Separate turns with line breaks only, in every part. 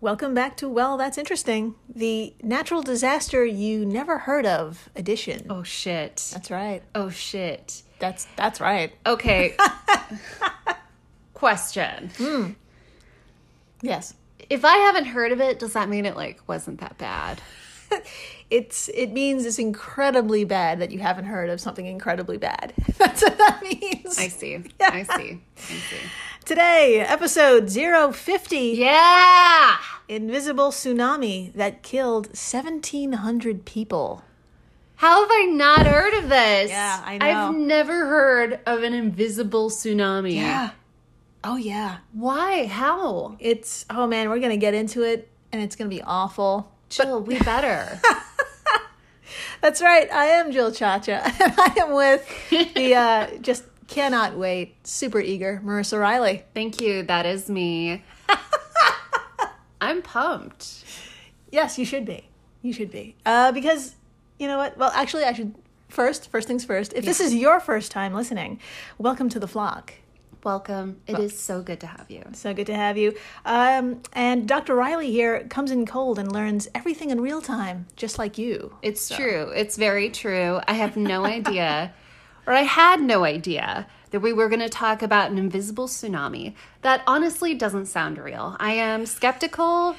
Welcome back to Well, That's Interesting, the natural disaster you never heard of edition.
Oh shit.
That's right.
Oh shit.
That's that's right.
Okay. Question.
Yes.
If I haven't heard of it, does that mean it like wasn't that bad?
It's it means it's incredibly bad that you haven't heard of something incredibly bad. That's what that means.
I see. I see. I see.
Today, episode 050,
Yeah.
invisible tsunami that killed 1700 people.
How have I not heard of this?
Yeah, I know.
I've never heard of an invisible tsunami.
Oh yeah.
Why? How?
It's oh man, we're going to get into it and it's going to be awful.
Jill, we better.
That's right. I am Jill Chacha, and I am with the uh, just cannot wait, super eager Marissa Riley.
Thank you. That is me. I'm pumped.
Yes, you should be. You should be. Uh, because you know what? Well, actually, I should first. First things first. If this is your first time listening, welcome to the flock.
Welcome. It is so good to have you.
So good to have you. Um, and Dr. Riley here comes in cold and learns everything in real time, just like you.
It's true. It's very true. I have no idea, or I had no idea, that we were going to talk about an invisible tsunami. That honestly doesn't sound real. I am skeptical.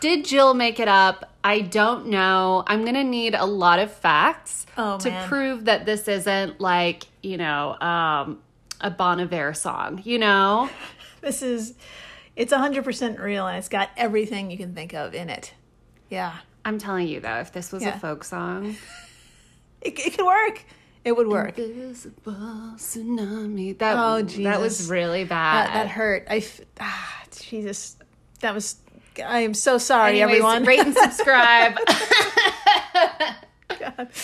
Did Jill make it up? I don't know. I'm going to need a lot of facts
Oh,
to
man.
prove that this isn't like, you know, um, a Bon Iver song, you know?
This is. It's 100% real and it's got everything you can think of in it. Yeah.
I'm telling you though, if this was
Yeah.
a folk song,
It, it could work. It would work.
invisible tsunami, that,
Oh,
that was
Jesus. Uh,
really bad.
That, that hurt. I f- ah, Jesus, that was. I am so sorry,
Anyways,
everyone.
Rate and subscribe.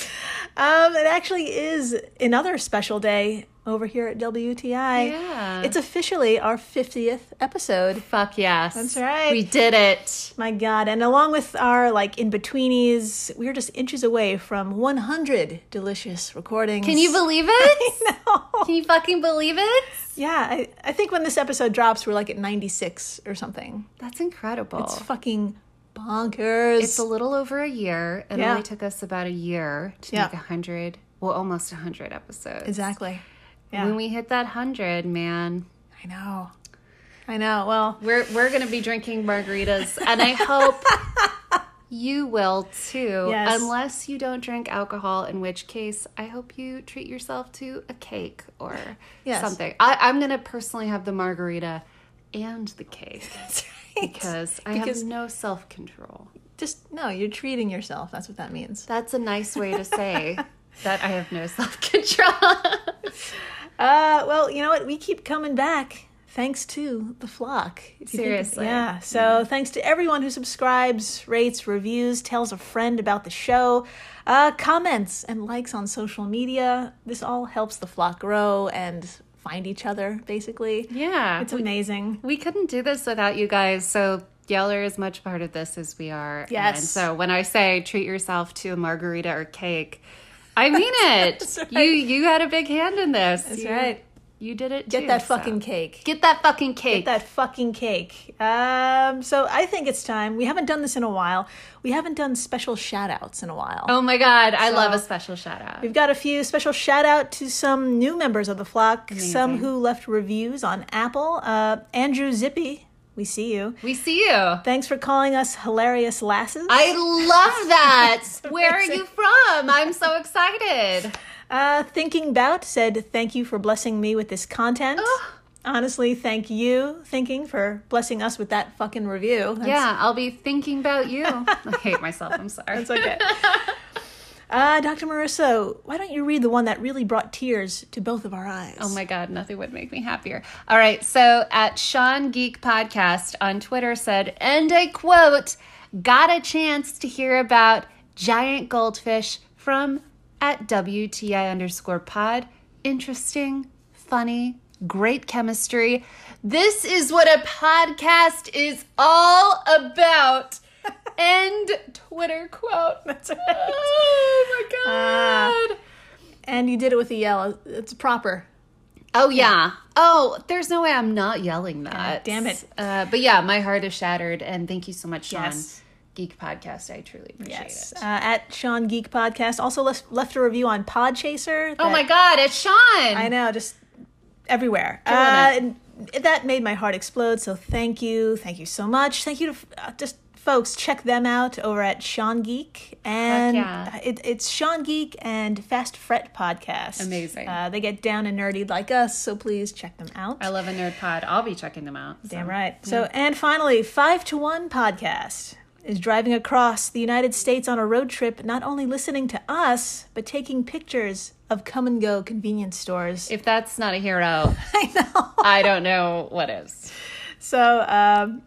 Um, it actually is another special day over here at WTI.
Yeah.
It's officially our fiftieth episode.
Fuck yes. That's
right.
We did it.
My God! And along with our like in betweenies, we're just inches away from 100 delicious recordings.
Can you believe it?
No.
Can you fucking believe it?
Yeah, I, I think when this episode drops, we're like at 96 or something.
That's incredible.
It's
It's,
fucking bonkers.
a little over a year. It
Yeah.
only took us about a year to
Yeah.
make a hundred, well, almost a hundred episodes.
exactly. Yeah.
When we hit that hundred, man,
I know. I know. Well,
we're we're gonna be drinking margaritas, and I hope. You will too,
Yes.
unless you don't drink alcohol, in which case I hope you treat yourself to a cake or
Yes.
something. I, I'm going to personally have the margarita and the cake
that's right.
because I
Because-
have no self control.
Just no, you're treating yourself. That's what that means.
That's a nice way to say that I have no self control.
Uh, well, you know what? We keep coming back thanks to the flock. If you think-
Seriously.
yeah. So thanks to everyone who subscribes, rates, reviews, tells a friend about the show, uh, comments, and likes on social media. This all helps the flock grow and find each other, basically.
yeah.
It's amazing.
we couldn't do this without you guys. So, y'all are as much part of this as we are.
Yes.
And so, when I say treat yourself to a margarita or cake, I mean it. You you had a big hand in this. That's
right.
You did it
Get
too,
that
so.
fucking cake.
Get that fucking cake.
Get that fucking cake. Um, so I think it's time. We haven't done this in a while. We haven't done special shout outs in a while.
oh my God. I love a special shout out.
We've got a few special shout out to some new members of the flock, some who left reviews on Apple. Uh, Andrew Zippy, we see you.
We see you.
Thanks for calling us hilarious lasses.
I love that. Where are you from? I'm so excited.
uh, Thinking Bout said, Thank you for blessing me with this content. Honestly, thank you, Thinking, for blessing us with that fucking review. That's-
Yeah, I'll be thinking about you. I hate myself. I'm sorry.
It's okay. Uh, Dr. Marissa, why don't you read the one that really brought tears to both of our eyes?
Oh my God, nothing would make me happier. All right, so at Sean Geek Podcast on Twitter said, and I quote, got a chance to hear about giant goldfish from at WTI underscore pod. Interesting, funny, great chemistry. This is what a podcast is all about. End Twitter quote.
That's right.
Oh my God.
Uh, And you did it with a yell. It's proper.
Oh yeah. Oh, there's no way I'm not yelling that.
damn it.
Uh, but yeah, my heart is shattered, and thank you so much, Sean.
Yes.
Geek Podcast, I truly appreciate
Yes.
it.
Uh, at Sean Geek Podcast. Also left, left a review on Podchaser.
Oh
that-
my God, it's Sean.
I know, just everywhere.
Killing
Uh,
it.
and that made my heart explode. So thank you, thank you so much. Thank you to uh, just folks. Check them out over at Sean Geek, and
yeah.
uh, it, it's Sean Geek and Fast Fret Podcast.
Amazing.
Uh, they get down and nerdy like us, so please check them out.
I love a nerd pod. I'll be checking them out. so.
Damn right. So, and finally, Five to One podcast is driving across the United States on a road trip, not only listening to us, but taking pictures of come and go convenience stores.
If that's not a hero,
I know.
I don't know what is.
So, um,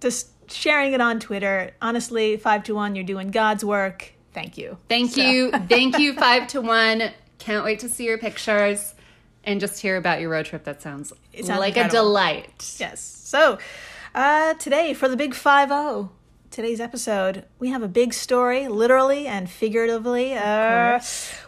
just sharing it on Twitter. Honestly, five to one, you're doing God's work. Thank you.
Thank
So-
you. Thank you, five to one. Can't wait to see your pictures and just hear about your road trip. That sounds,
sounds
like a
incredible.
delight.
Yes. So, uh, today for the big five zero. Today's episode, we have a big story, literally and figuratively. uh,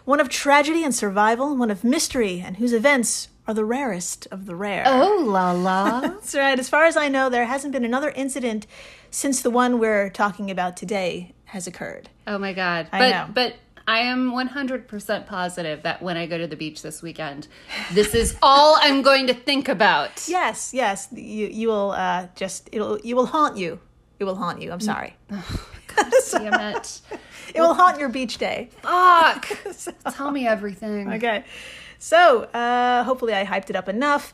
one of tragedy and survival, one of mystery and whose events are the rarest of the rare.
Oh la la.
That's right. As far as I know, there hasn't been another incident since the one we're talking about today has occurred.
oh my god. But
I know.
but I am 100% positive that when I go to the beach this weekend, this is all I'm going to think about.
Yes, yes. You you will uh, just it'll you will haunt you. It will haunt you. I'm sorry.
Damn it.
It will haunt your beach day.
Fuck. Tell me everything.
Okay. So uh, hopefully I hyped it up enough.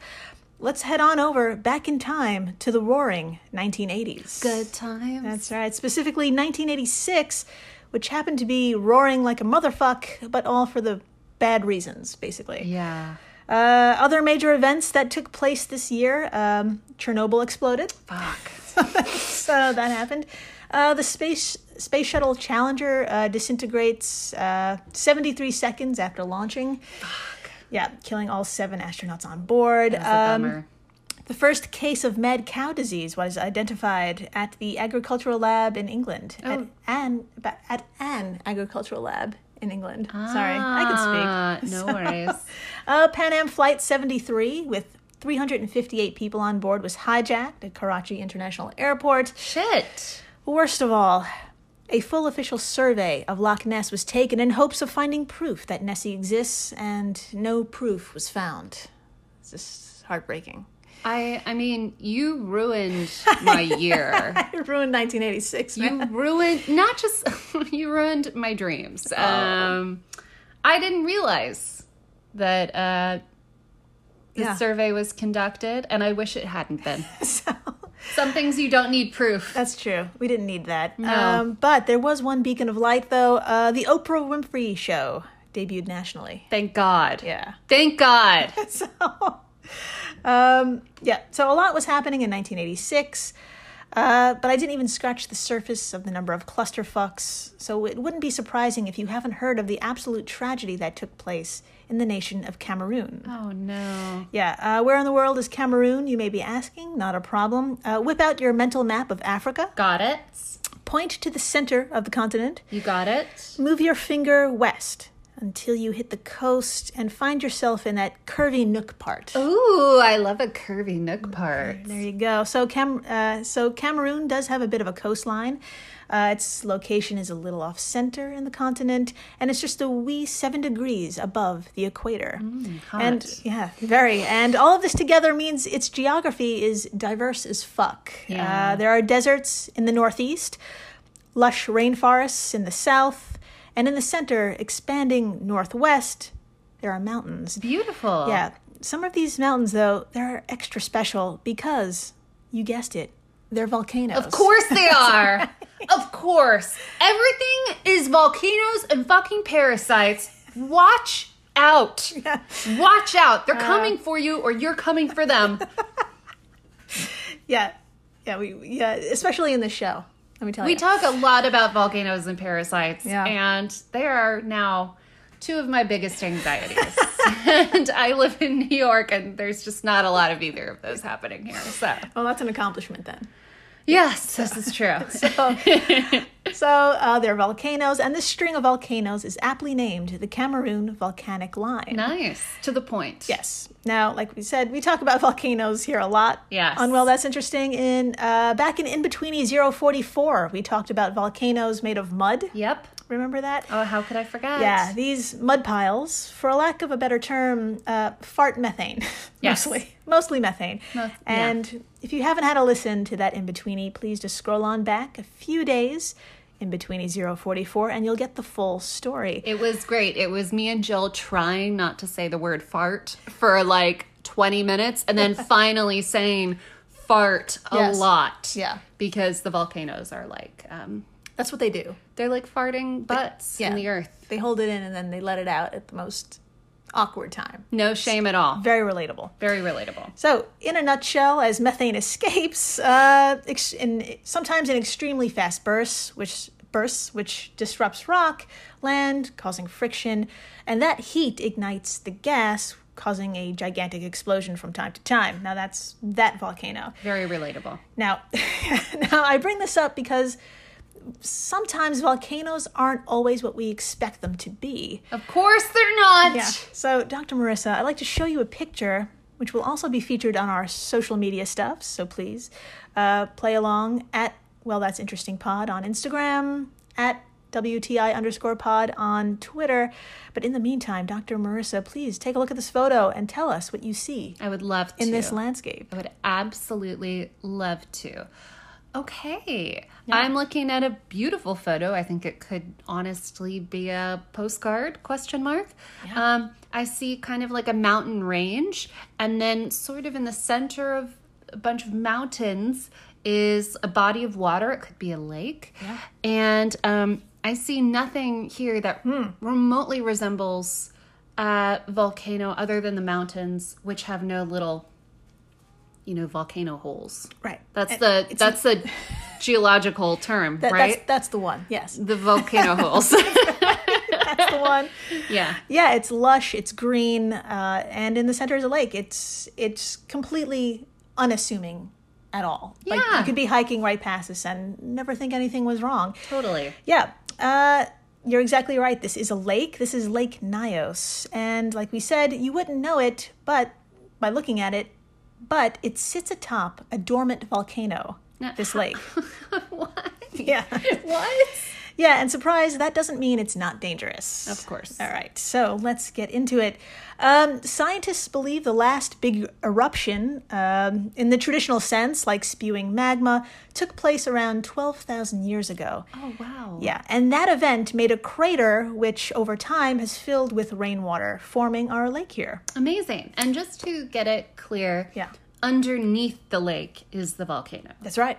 Let's head on over back in time to the Roaring 1980s.
Good times.
That's right. Specifically 1986, which happened to be roaring like a motherfuck, but all for the bad reasons, basically.
yeah.
Uh, other major events that took place this year um, Chernobyl exploded.
Fuck.
so that happened. Uh, the space space shuttle Challenger uh, disintegrates uh, 73 seconds after launching. Yeah, killing all seven astronauts on board.
That's a
Um,
bummer.
the first case of mad cow disease was identified at the agricultural lab in England.
Oh.
At an ba- at an agricultural lab in England. Sorry, I can speak.
Ah, No worries.
Uh, Pan Am Flight 73 with 358 people on board was hijacked at Karachi International Airport.
Shit.
Worst of all, a full official survey of Loch Ness was taken in hopes of finding proof that Nessie exists, and no proof was found. It's just heartbreaking.
I I mean, you ruined my year.
It ruined 1986, man.
You ruined not just you ruined my dreams. Um, I didn't realize that uh, the
Yeah.
survey was conducted, and I wish it hadn't been.
So,
Some things you don't need proof.
that's true. We didn't need that. Um, but there was one beacon of light, though. Uh, the Oprah Winfrey Show debuted nationally.
Thank God.
Yeah.
Thank God.
so um, yeah so a lot was happening in 1986 uh, but I didn't even scratch the surface of the number of clusterfucks, so it wouldn't be surprising if you haven't heard of the absolute tragedy that took place in the nation of Cameroon.
Oh no.
Yeah, uh, where in the world is Cameroon, you may be asking? Not a problem. Uh, whip out your mental map of Africa,
Got it.
point to the center of the continent,
You got it.
Move your finger west until you hit the coast and find yourself in that curvy nook part.
Ooh, I love a curvy nook part.
There you go. So Cam, uh, so Cameroon does have a bit of a coastline. Uh, its location is a little off center in the continent, and it's just a wee seven degrees above the equator.
Mm, hot.
And yeah, very. And all of this together means its geography is diverse as fuck.
Yeah.
Uh, there are deserts in the northeast, lush rainforests in the south, and in the center, expanding northwest, there are mountains.
Beautiful.
Yeah. Some of these mountains, though, they're extra special because, you guessed it, they're volcanoes.
Of course they are. Of course. Everything is volcanoes and fucking parasites. Watch out. Watch out.
Uh.
They're coming for you or you're coming for them.
Yeah. Yeah. We, yeah. Especially in this show. Let me tell
We
you.
talk a lot about volcanoes and parasites
Yeah.
and they are now two of my biggest anxieties. and I live in New York and there's just not a lot of either of those happening here. So,
well, that's an accomplishment then.
yes, this is true.
So, So uh, there are volcanoes, and this string of volcanoes is aptly named the Cameroon Volcanic Line.
Nice. To the point.
Yes. Now, like we said, we talk about volcanoes here a lot.
Yes.
On Well, that's interesting. In uh, back in In Betweeny 044, we talked about volcanoes made of mud.
Yep.
Remember that?
Oh, how could I forget?
Yeah, these mud piles, for lack of a better term, uh, fart methane.
Yes.
mostly, mostly methane.
Most- yeah.
and if you haven't had a listen to that in betweeny, please just scroll on back a few days in betweeny 044 and you'll get the full story.
It was great. It was me and Jill trying not to say the word fart for like 20 minutes and then finally saying fart a
Yes.
lot.
Yeah.
Because the volcanoes are like, um,
That's what they do.
they're like farting butts in
yeah.
the earth.
They hold it in and then they let it out at the most awkward time.
No shame at all.
Very relatable.
Very relatable.
So, in a nutshell, as methane escapes, uh, ex- in, sometimes in extremely fast bursts, which bursts which disrupts rock, land, causing friction, and that heat ignites the gas, causing a gigantic explosion from time to time. Now, that's that volcano.
Very relatable.
Now, now I bring this up because sometimes volcanoes aren't always what we expect them to be.
Of course they're not.
Yeah. So, Dr. Marissa, I'd like to show you a picture, which will also be featured on our social media stuff. So please uh, play along at Well That's Interesting Pod on Instagram, at WTI underscore pod on Twitter. But in the meantime, Dr. Marissa, please take a look at this photo and tell us what you see
I would love to.
in this landscape.
I would absolutely love to. Okay. I'm looking at a beautiful photo. I think it could honestly be a postcard question mark. Um, I see kind of like a mountain range and then sort of in the center of a bunch of mountains is a body of water. It could be a lake. And um, I see nothing here that remotely resembles a volcano other than the mountains, which have no little you know volcano holes
Right.
that's
And
the
it's-
that's the geological term
that-
right
That's, that's the one. Yes.
the volcano holes
That's the one.
yeah
Yeah, it's lush, it's green, uh, and in the center is a lake. It's it's completely unassuming at all. Like
Yeah.
you could be hiking right past this and never think anything was wrong.
totally
Yeah. Uh you're exactly right. This is a lake. This is Lake Nyos. And like we said, you wouldn't know it, but by looking at it, but it sits atop a dormant volcano. This lake.
what
Yeah.
what
Yeah, and surprise, that doesn't mean it's not dangerous.
of course
All right, so let's get into it. Um, scientists believe the last big eruption, um, in the traditional sense, like spewing magma, took place around 12,000 years ago.
oh wow
Yeah, and that event made a crater which over time has filled with rainwater, forming our lake here.
amazing and just to get it clear
Yeah.
underneath the lake is the volcano
That's right.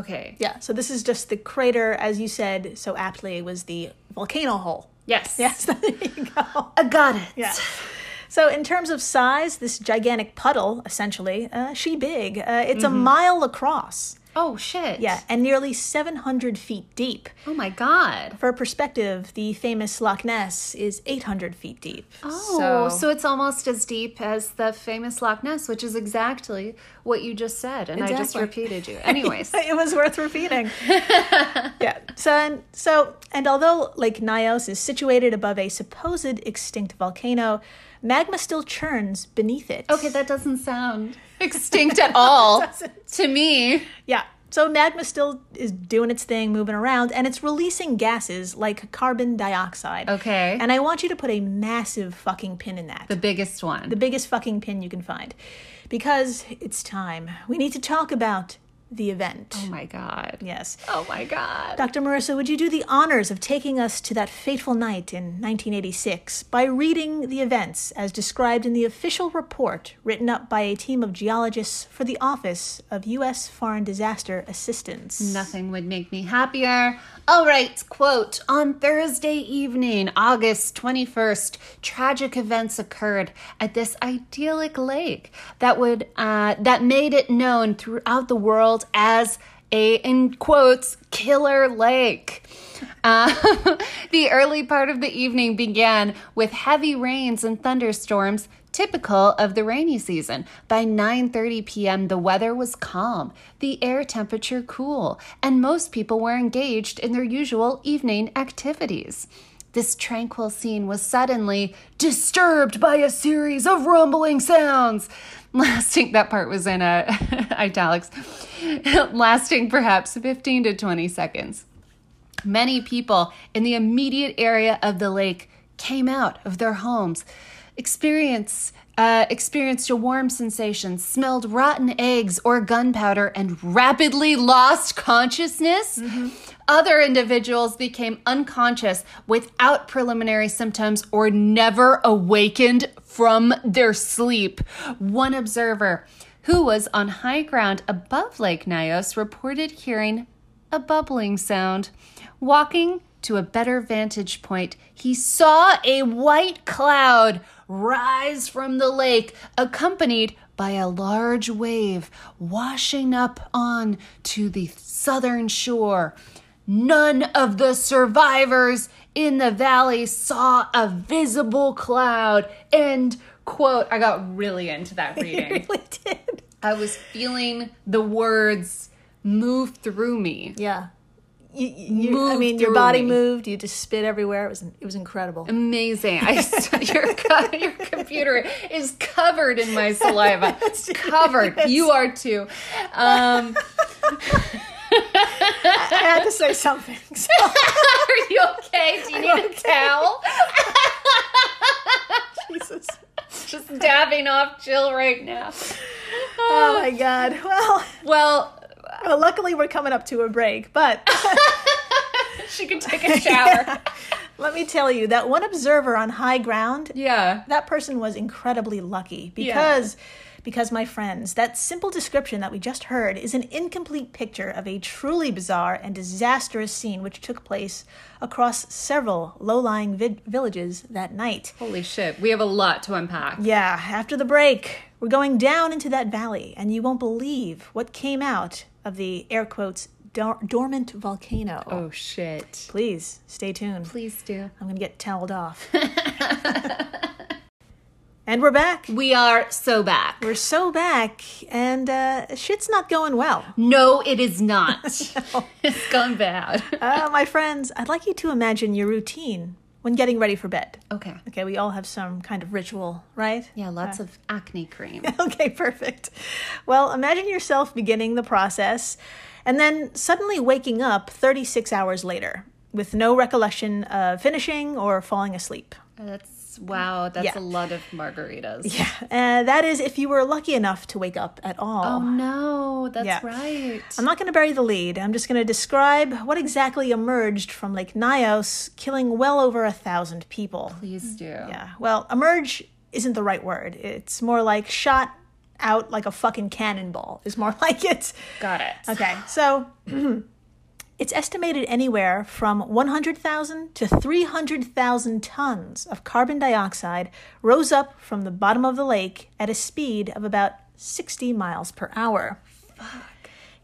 okay
Yeah, so this is just the crater, as you said so aptly, was the volcano hole.
yes
Yes, there you go.
i got it
Yeah. So, in terms of size, this gigantic puddle, essentially, uh, she big. Uh, it's a mile across.
oh shit
Yeah, and nearly 700 feet deep.
oh my god
For perspective, the famous Loch Ness is 800 feet deep.
Oh, so, it's almost as deep as the famous Loch Ness, which is exactly what you just said, and I just
Exactly.
repeated you. Anyways,
it was worth repeating. yeah. So and so and although Lake Nyos is situated above a supposed extinct volcano, magma still churns beneath it.
Okay, that doesn't sound extinct at all to me.
Yeah. So magma still is doing its thing, moving around, and it's releasing gases like carbon dioxide.
Okay.
And I want you to put a massive fucking pin in that.
the biggest one.
the biggest fucking pin you can find. Because it's time. We need to talk about the event.
oh my god.
Yes.
Oh my god.
Dr. Marissa, would you do the honors of taking us to that fateful night in 1986 by reading the events as described in the official report written up by a team of geologists for the Office of U.S. Foreign Disaster Assistance?
Nothing would make me happier. All right, quote On Thursday evening, August 21st, tragic events occurred at this idyllic lake that would uh, that made it known throughout the world as a in quotes killer lake. Uh, the early part of the evening began with heavy rains and thunderstorms Typical of the rainy season, by 9:30 p.m. the weather was calm, the air temperature cool, and most people were engaged in their usual evening activities. This tranquil scene was suddenly disturbed by a series of rumbling sounds. Lasting, that part was in uh, italics, lasting perhaps 15 to 20 seconds. Many people in the immediate area of the lake came out of their homes, experience, uh, experienced a warm sensation, smelled rotten eggs or gunpowder, and rapidly lost consciousness. Other individuals became unconscious without preliminary symptoms or never awakened from their sleep. One observer who was on high ground above Lake Nyos reported hearing a bubbling sound. Walking to a better vantage point, he saw a white cloud rise from the lake, accompanied by a large wave washing up on to the southern shore. None of the survivors in the valley saw a visible cloud. End quote. I got really into that reading.
really did.
I was feeling the words move through me.
Yeah. You, you, you- I
Moved
mean, your
through
body
me.
moved. You just spit everywhere. It was it was incredible.
Amazing. I s- your co- your computer is covered in my saliva. It's covered. You are too. Um,
I had to say something. So
are you okay? Do you need a towel?
Jesus.
Just dabbing off Jill right now.
Oh my God. Well,
Well,
well, luckily we're coming up to a break, but
she can take a shower.
let me tell you that one observer on high ground
Yeah.
that person was incredibly lucky because because my friends that simple description that we just heard is an incomplete picture of a truly bizarre and disastrous scene which took place across several low-lying vid- villages that night
Holy shit. We have a lot to unpack.
yeah after the break we're going down into that valley and you won't believe what came out of the air quotes dor- dormant volcano
Oh shit.
please stay tuned
Please do.
i'm gonna get toweled off and we're back
We are so back.
We're so back, and uh, shit's not going well.
No, it is not. It's gone bad.
Uh, my friends, I'd like you to imagine your routine when getting ready for bed.
Okay.
Okay, we all have some kind of ritual, right?
Yeah, lots of acne cream.
Okay, perfect. Well, imagine yourself beginning the process and then suddenly waking up 36 hours later with no recollection of finishing or falling asleep.
That's wow. That's
Yeah.
a lot of margaritas.
Yeah, uh, that is if you were lucky enough to wake up at all.
Oh no, that's
Yeah.
right.
I'm not going to bury the lead. I'm just going to describe what exactly emerged from Lake Nyos, killing well over a thousand people.
Please do.
Yeah, well, emerge isn't the right word. It's more like shot out like a fucking cannonball, is more like it.
Got it.
Okay, so it's estimated anywhere from 100,000 to 300,000 tons of carbon dioxide rose up from the bottom of the lake at a speed of about 60 miles per hour.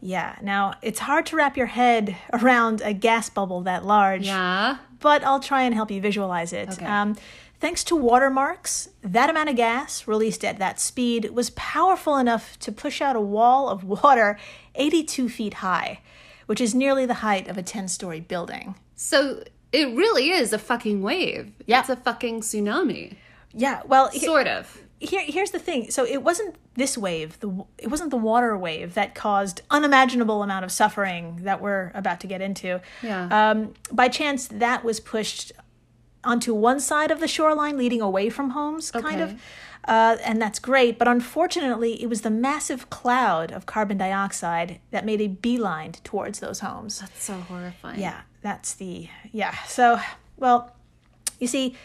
Yeah, now it's hard to wrap your head around a gas bubble that large
Yeah.
but I'll try and help you visualize it. Um, thanks to watermarks, that amount of gas released at that speed was powerful enough to push out a wall of water 82 feet high, which is nearly the height of a 10 story building.
So it really is a fucking wave.
Yeah.
It's a fucking tsunami.
Yeah, well, he-
Sort of.
here, here's the thing. So it wasn't this wave, the, w- it wasn't the water wave that caused unimaginable amount of suffering that we're about to get into.
Yeah.
Um, by chance, that was pushed onto one side of the shoreline leading away from homes, kind of.
Okay.
Uh, and that's great, but unfortunately, it was the massive cloud of carbon dioxide that made a beeline towards those homes.
so horrifying.
Yeah, that's the yeah. So, well, you see,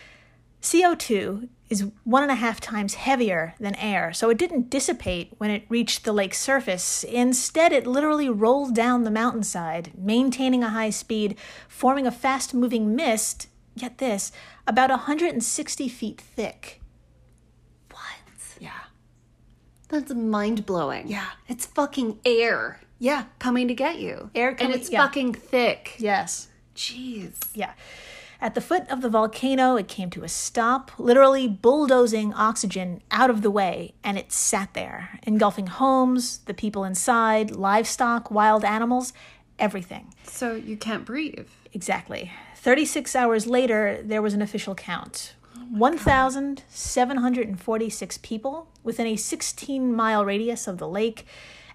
CO2 is one and a half times heavier than air, so it didn't dissipate when it reached the lake's surface. Instead, it literally rolled down the mountainside, maintaining a high speed, forming a fast moving mist, get this, about 160 feet thick.
What?
Yeah.
That's mind blowing.
Yeah.
It's fucking air
Yeah.
coming to get you.
Air coming-
and it's
yeah.
fucking thick.
Yes.
Jeez.
Yeah. At the foot of the volcano, it came to a stop, literally bulldozing oxygen out of the way, and it sat there, engulfing homes, the people inside, livestock, wild animals, everything.
So you can't breathe.
Exactly. 36 hours later, there was an official count 1,746 people within a 16 mile radius of the lake,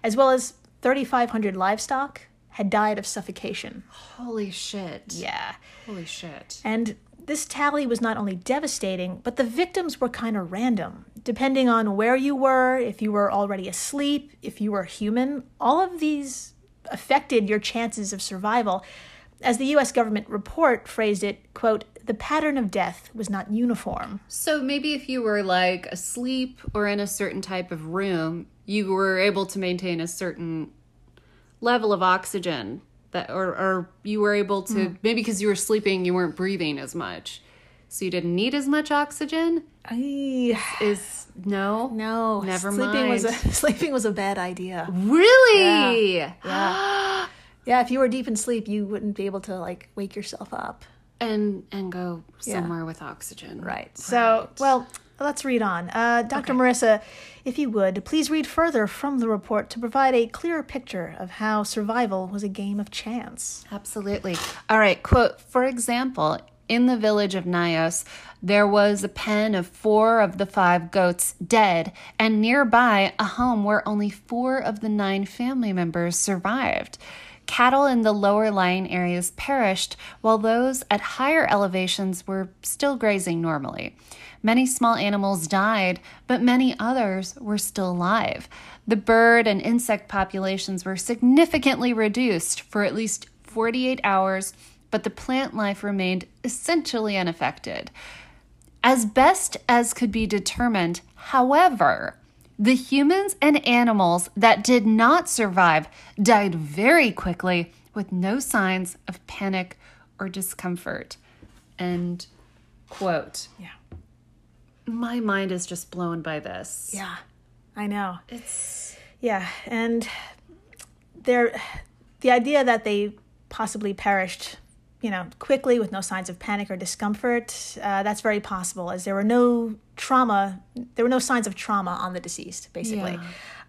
as well as 3,500 livestock, had died of suffocation.
Holy shit.
Yeah.
Holy shit.
And this tally was not only devastating, but the victims were kind of random, depending on where you were, if you were already asleep, if you were human. All of these affected your chances of survival. As the US government report phrased it, quote, the pattern of death was not uniform.
So maybe if you were like asleep or in a certain type of room, you were able to maintain a certain level of oxygen that or, or you were able to
Hmm.
maybe because you were sleeping you weren't breathing as much so you didn't need as much oxygen
I
is no
no,
Never
sleeping was a
mind.
sleeping was a bad idea.
really
Yeah, if you were deep in sleep, you wouldn't be able to like wake yourself up.
and and go somewhere with oxygen
Right. So, well, let's read on. Uh, Dr. Marissa, if you would, please read further from the report to provide a clearer picture of how survival was a game of chance.
Absolutely. All right, quote For example, in the village of Nios, there was a pen of four of the five goats dead, and nearby a home where only four of the nine family members survived. Cattle in the lower lying areas perished, while those at higher elevations were still grazing normally. Many small animals died, but many others were still alive. The bird and insect populations were significantly reduced for at least 48 hours, but the plant life remained essentially unaffected. As best as could be determined, however, the humans and animals that did not survive died very quickly with no signs of panic or discomfort. End quote.
Yeah.
My mind is just blown by this.
Yeah. I know.
It's
Yeah, and there, the idea that they possibly perished, you know, quickly with no signs of panic or discomfort, uh, that's very possible, as there were no trauma, there were no signs of trauma on the deceased, basically.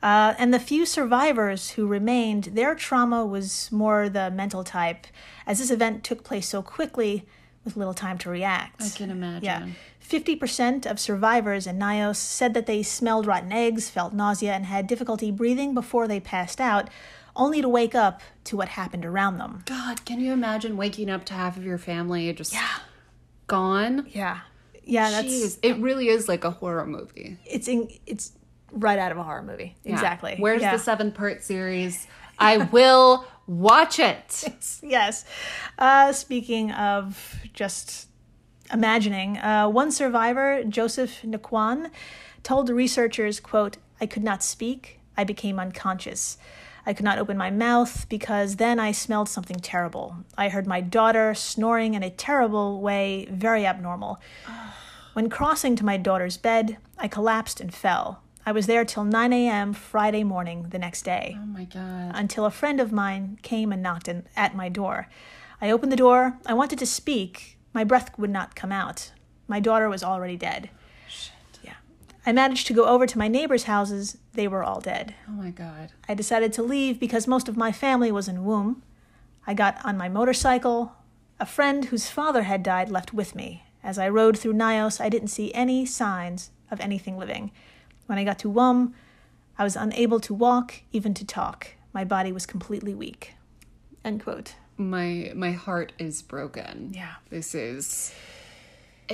Uh, and the few survivors who remained, their trauma was more the mental type, as this event took place so quickly with little time to react.
I can imagine.
Yeah. 50% of survivors in Nios said that they smelled rotten eggs, felt nausea, and had difficulty breathing before they passed out, only to wake up to what happened around them.
God, can you imagine waking up to half of your family just gone?
Yeah. Yeah, that's
Jeez, it really is like a horror movie.
it's in, it's right out of a horror movie. Exactly.
Yeah. Where's
Yeah.
the seven part series? I will watch it.
yes. Uh, speaking of just imagining, uh, one survivor, Joseph Naquan, told the researchers, quote, I could not speak. I became unconscious. I could not open my mouth because then I smelled something terrible. I heard my daughter snoring in a terrible way, very abnormal. When crossing to my daughter's bed, I collapsed and fell. I was there till 9 a.m. Friday morning the next day
Oh my God.
until a friend of mine came and knocked in, at my door. I opened the door. I wanted to speak. My breath would not come out. My daughter was already dead. Shit. Yeah. I managed to go over to my neighbors' houses. They were all dead.
Oh my God.
I decided to leave because most of my family was in womb. I got on my motorcycle. A friend whose father had died left with me. As I rode through Nios, I didn't see any signs of anything living. When I got to Wum, I was unable to walk, even to talk. My body was completely weak. End quote.
My my heart is broken.
Yeah.
This is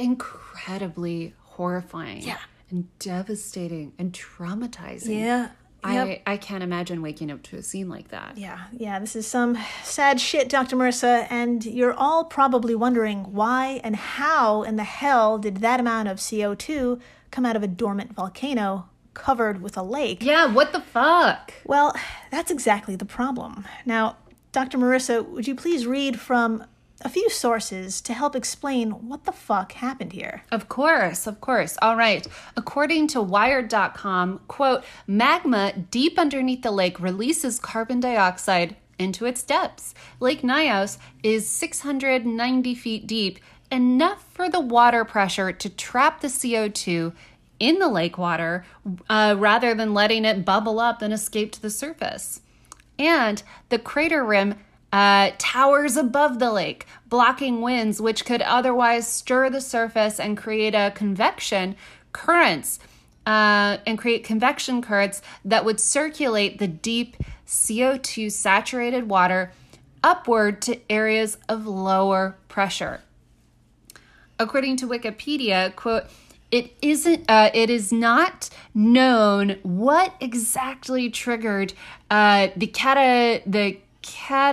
incredibly horrifying.
Yeah.
And devastating and traumatizing.
Yeah.
I, I can't imagine waking up to a scene like that.
Yeah, yeah, this is some sad shit, Dr. Marissa, and you're all probably wondering why and how in the hell did that amount of CO2 come out of a dormant volcano covered with a lake?
Yeah, what the fuck?
Well, that's exactly the problem. Now, Dr. Marissa, would you please read from a few sources to help explain what the fuck happened here?
Of course, of course. All right. According to wired.com, quote, magma deep underneath the lake releases carbon dioxide into its depths. Lake Nyos is 690 feet deep enough for the water pressure to trap the CO2 in the lake water uh, rather than letting it bubble up and escape to the surface. And the crater rim uh, towers above the lake, blocking winds which could otherwise stir the surface and create a convection currents uh, and create convection currents that would circulate the deep CO2 saturated water upward to areas of lower pressure. According to Wikipedia, quote, it isn't uh, it is not known what exactly triggered uh, the cata the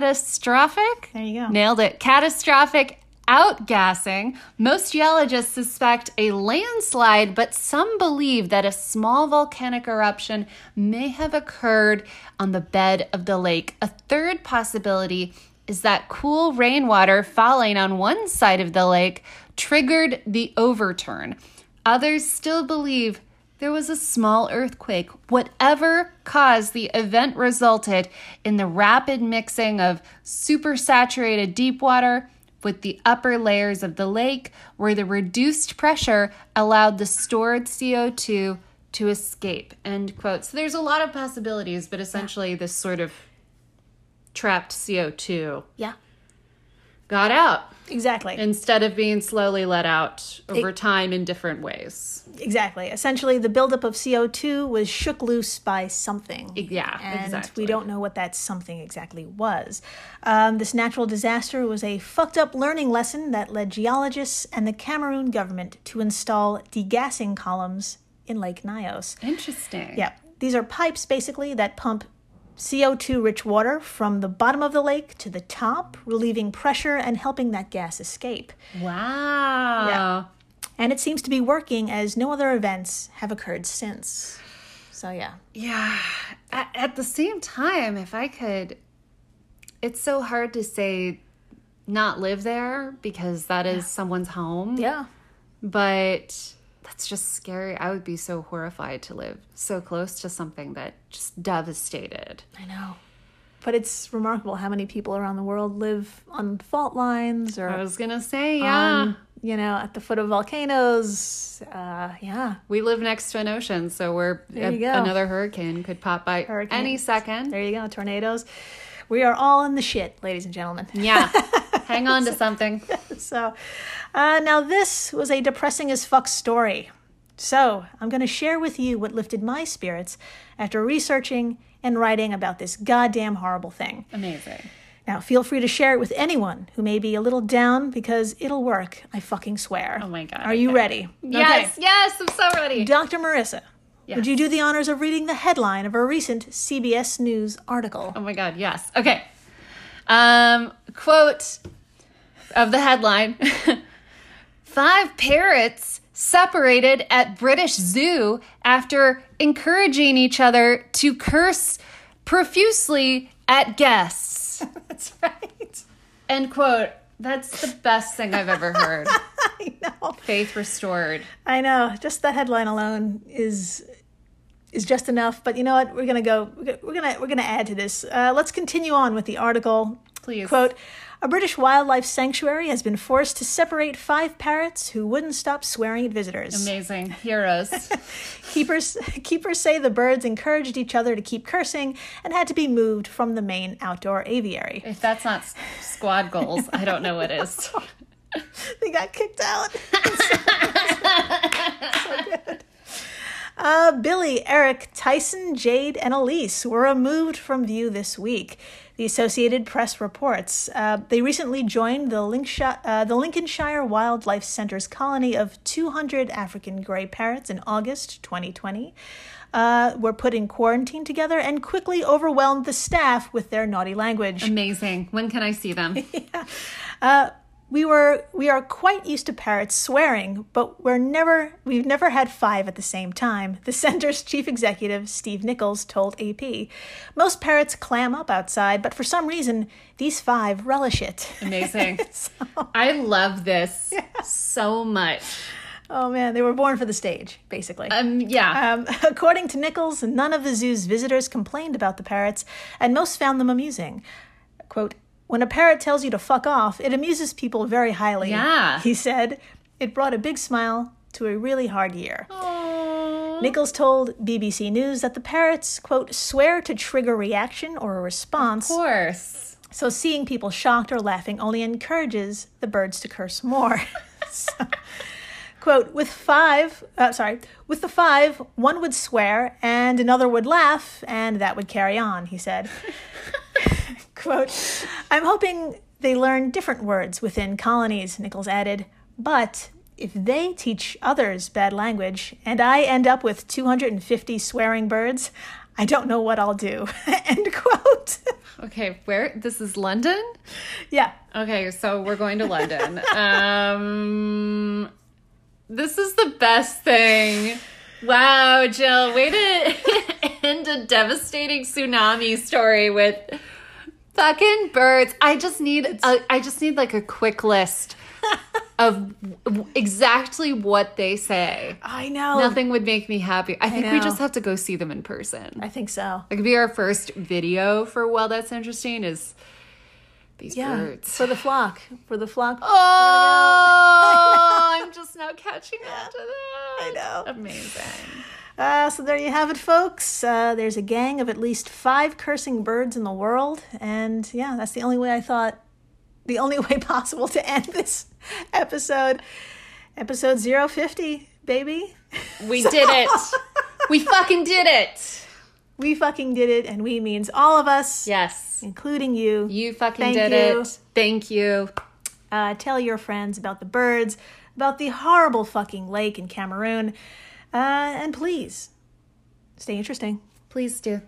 catastrophic
There you go.
nailed it catastrophic outgassing most geologists suspect a landslide but some believe that a small volcanic eruption may have occurred on the bed of the lake a third possibility is that cool rainwater falling on one side of the lake triggered the overturn Others still believe there was a small earthquake. Whatever caused the event resulted in the rapid mixing of supersaturated deep water with the upper layers of the lake, where the reduced pressure allowed the stored CO2 to escape. End quote. So there's a lot of possibilities, but essentially, this sort of trapped CO2
Yeah,
got out
exactly.
instead of being slowly let out over time in different ways.
Exactly. Essentially, the buildup of CO2 was shook loose by something.
E-, yeah,
and
exactly.
we don't know what that something exactly was. Um, this natural disaster was a fucked up learning lesson that led geologists and the Cameroon government to install degassing columns in Lake Nyos.
Interesting.
Yeah, these are pipes basically that pump CO2 rich water from the bottom of the lake to the top, relieving pressure and helping that gas escape.
Wow.
Yeah. And it seems to be working as no other events have occurred since. So, yeah.
Yeah. At, at the same time, if I could, it's so hard to say not live there because that is someone's home.
Yeah.
But that's just scary. I would be so horrified to live so close to something that just devastated.
I know. But it's remarkable how many people around the world live on fault lines or,
I was going to say, yeah.
um, you know, at the foot of volcanoes. Uh, yeah.
we live next to an ocean, so we're
There you
a-
go.
another hurricane could pop by any
Hurricanes.
second.
There you go. Tornadoes. We are all in the shit, ladies and gentlemen.
Yeah. Hang on to something.
So, uh, now this was a depressing as fuck story. So, I'm going to share with you what lifted my spirits after researching and writing about this goddamn horrible thing.
Amazing.
Now, feel free to share it with anyone who may be a little down because it'll work, I fucking swear. Oh
my God,
Are you ready?
Yes,
Okay.
yes, I'm so ready.
Dr. Marissa,
Yes.
would you do the honors of reading the headline of a recent CBS News article?
Oh my god, yes. Okay. Um quote of the headline. Five parrots separated at British Zoo after encouraging each other to curse profusely at guests.
That's right.
End quote. That's the best thing I've ever heard.
I know.
Faith restored.
I know. Just that headline alone is is just enough. But you know what? We're gonna go. We're gonna we're gonna, we're gonna add to this. Uh, let's continue on with the article.
Please.
Quote: A British wildlife sanctuary has been forced to separate five parrots who wouldn't stop swearing at visitors.
Amazing. Heroes.
Keepers keepers say the birds encouraged each other to keep cursing and had to be moved from the main outdoor aviary.
If that's not s- squad goals, I don't know what is.
they got kicked out. So good. Uh, Billy, Eric, Tyson, Jade, and Elise were removed from view this week. The Associated Press reports uh, they recently joined the, Linksha- uh, the Lincolnshire Wildlife Center's colony of 200 African grey parrots in August 2020. Uh, were put in quarantine together and quickly overwhelmed the staff with their naughty language.
Amazing. When can I see them?
We were we are quite used to parrots swearing, but we're never we've never had five at the same time. The center's chief executive, Steve Nichols, told AP. Most parrots clam up outside, but for some reason, these five relish it.
Amazing. I love this so much.
oh man, they were born for the stage, basically.
Um, yeah.
Um, according to Nichols, none of the zoo's visitors complained about the parrots, and most found them amusing. Quote, When a parrot tells you to fuck off, it amuses people very highly.
Yeah.
He said, it brought a big smile to a really hard year.
Aww.
Nichols told BBC News that the parrots, quote, swear to trigger reaction or a response,
Of course.
so seeing people shocked or laughing only encourages the birds to curse more. So, quote, with five, uh, sorry, with the five, one would swear and another would laugh and that would carry on, he said. quote, I'm hoping they learn different words within colonies, Nichols added, but if they teach others bad language and I end up with 250 swearing birds, I don't know what I'll do. End quote.
Okay, where this is London?
yeah.
Okay, so we're going to London. um This is the best thing. Wow, Jill, way to end a devastating tsunami story with fucking birds. I just need a, I just need like a quick list of w- exactly what they say.
I know.
Nothing would make me happy. I think we
know.
just have to go see them in person.
I think so.
That could be our first video for Well That's Interesting is these
Yeah.
birds.
For the flock. For the flock.
oh, I'm just now catching on to that.
I know.
Amazing.
Uh, so there you have it, folks. Uh, there's a gang of at least five cursing birds in the world. And yeah, that's the only way I thought, the only way possible to end this episode. Episode 050, baby.
We did it. We fucking did it.
We fucking did it, and we means all of us,
Yes.
including you.
You fucking
Thank
did
you.
it. Thank you.
Uh, tell your friends about the birds, about the horrible fucking lake in Cameroon. Uh, and please, stay interesting.
Please do.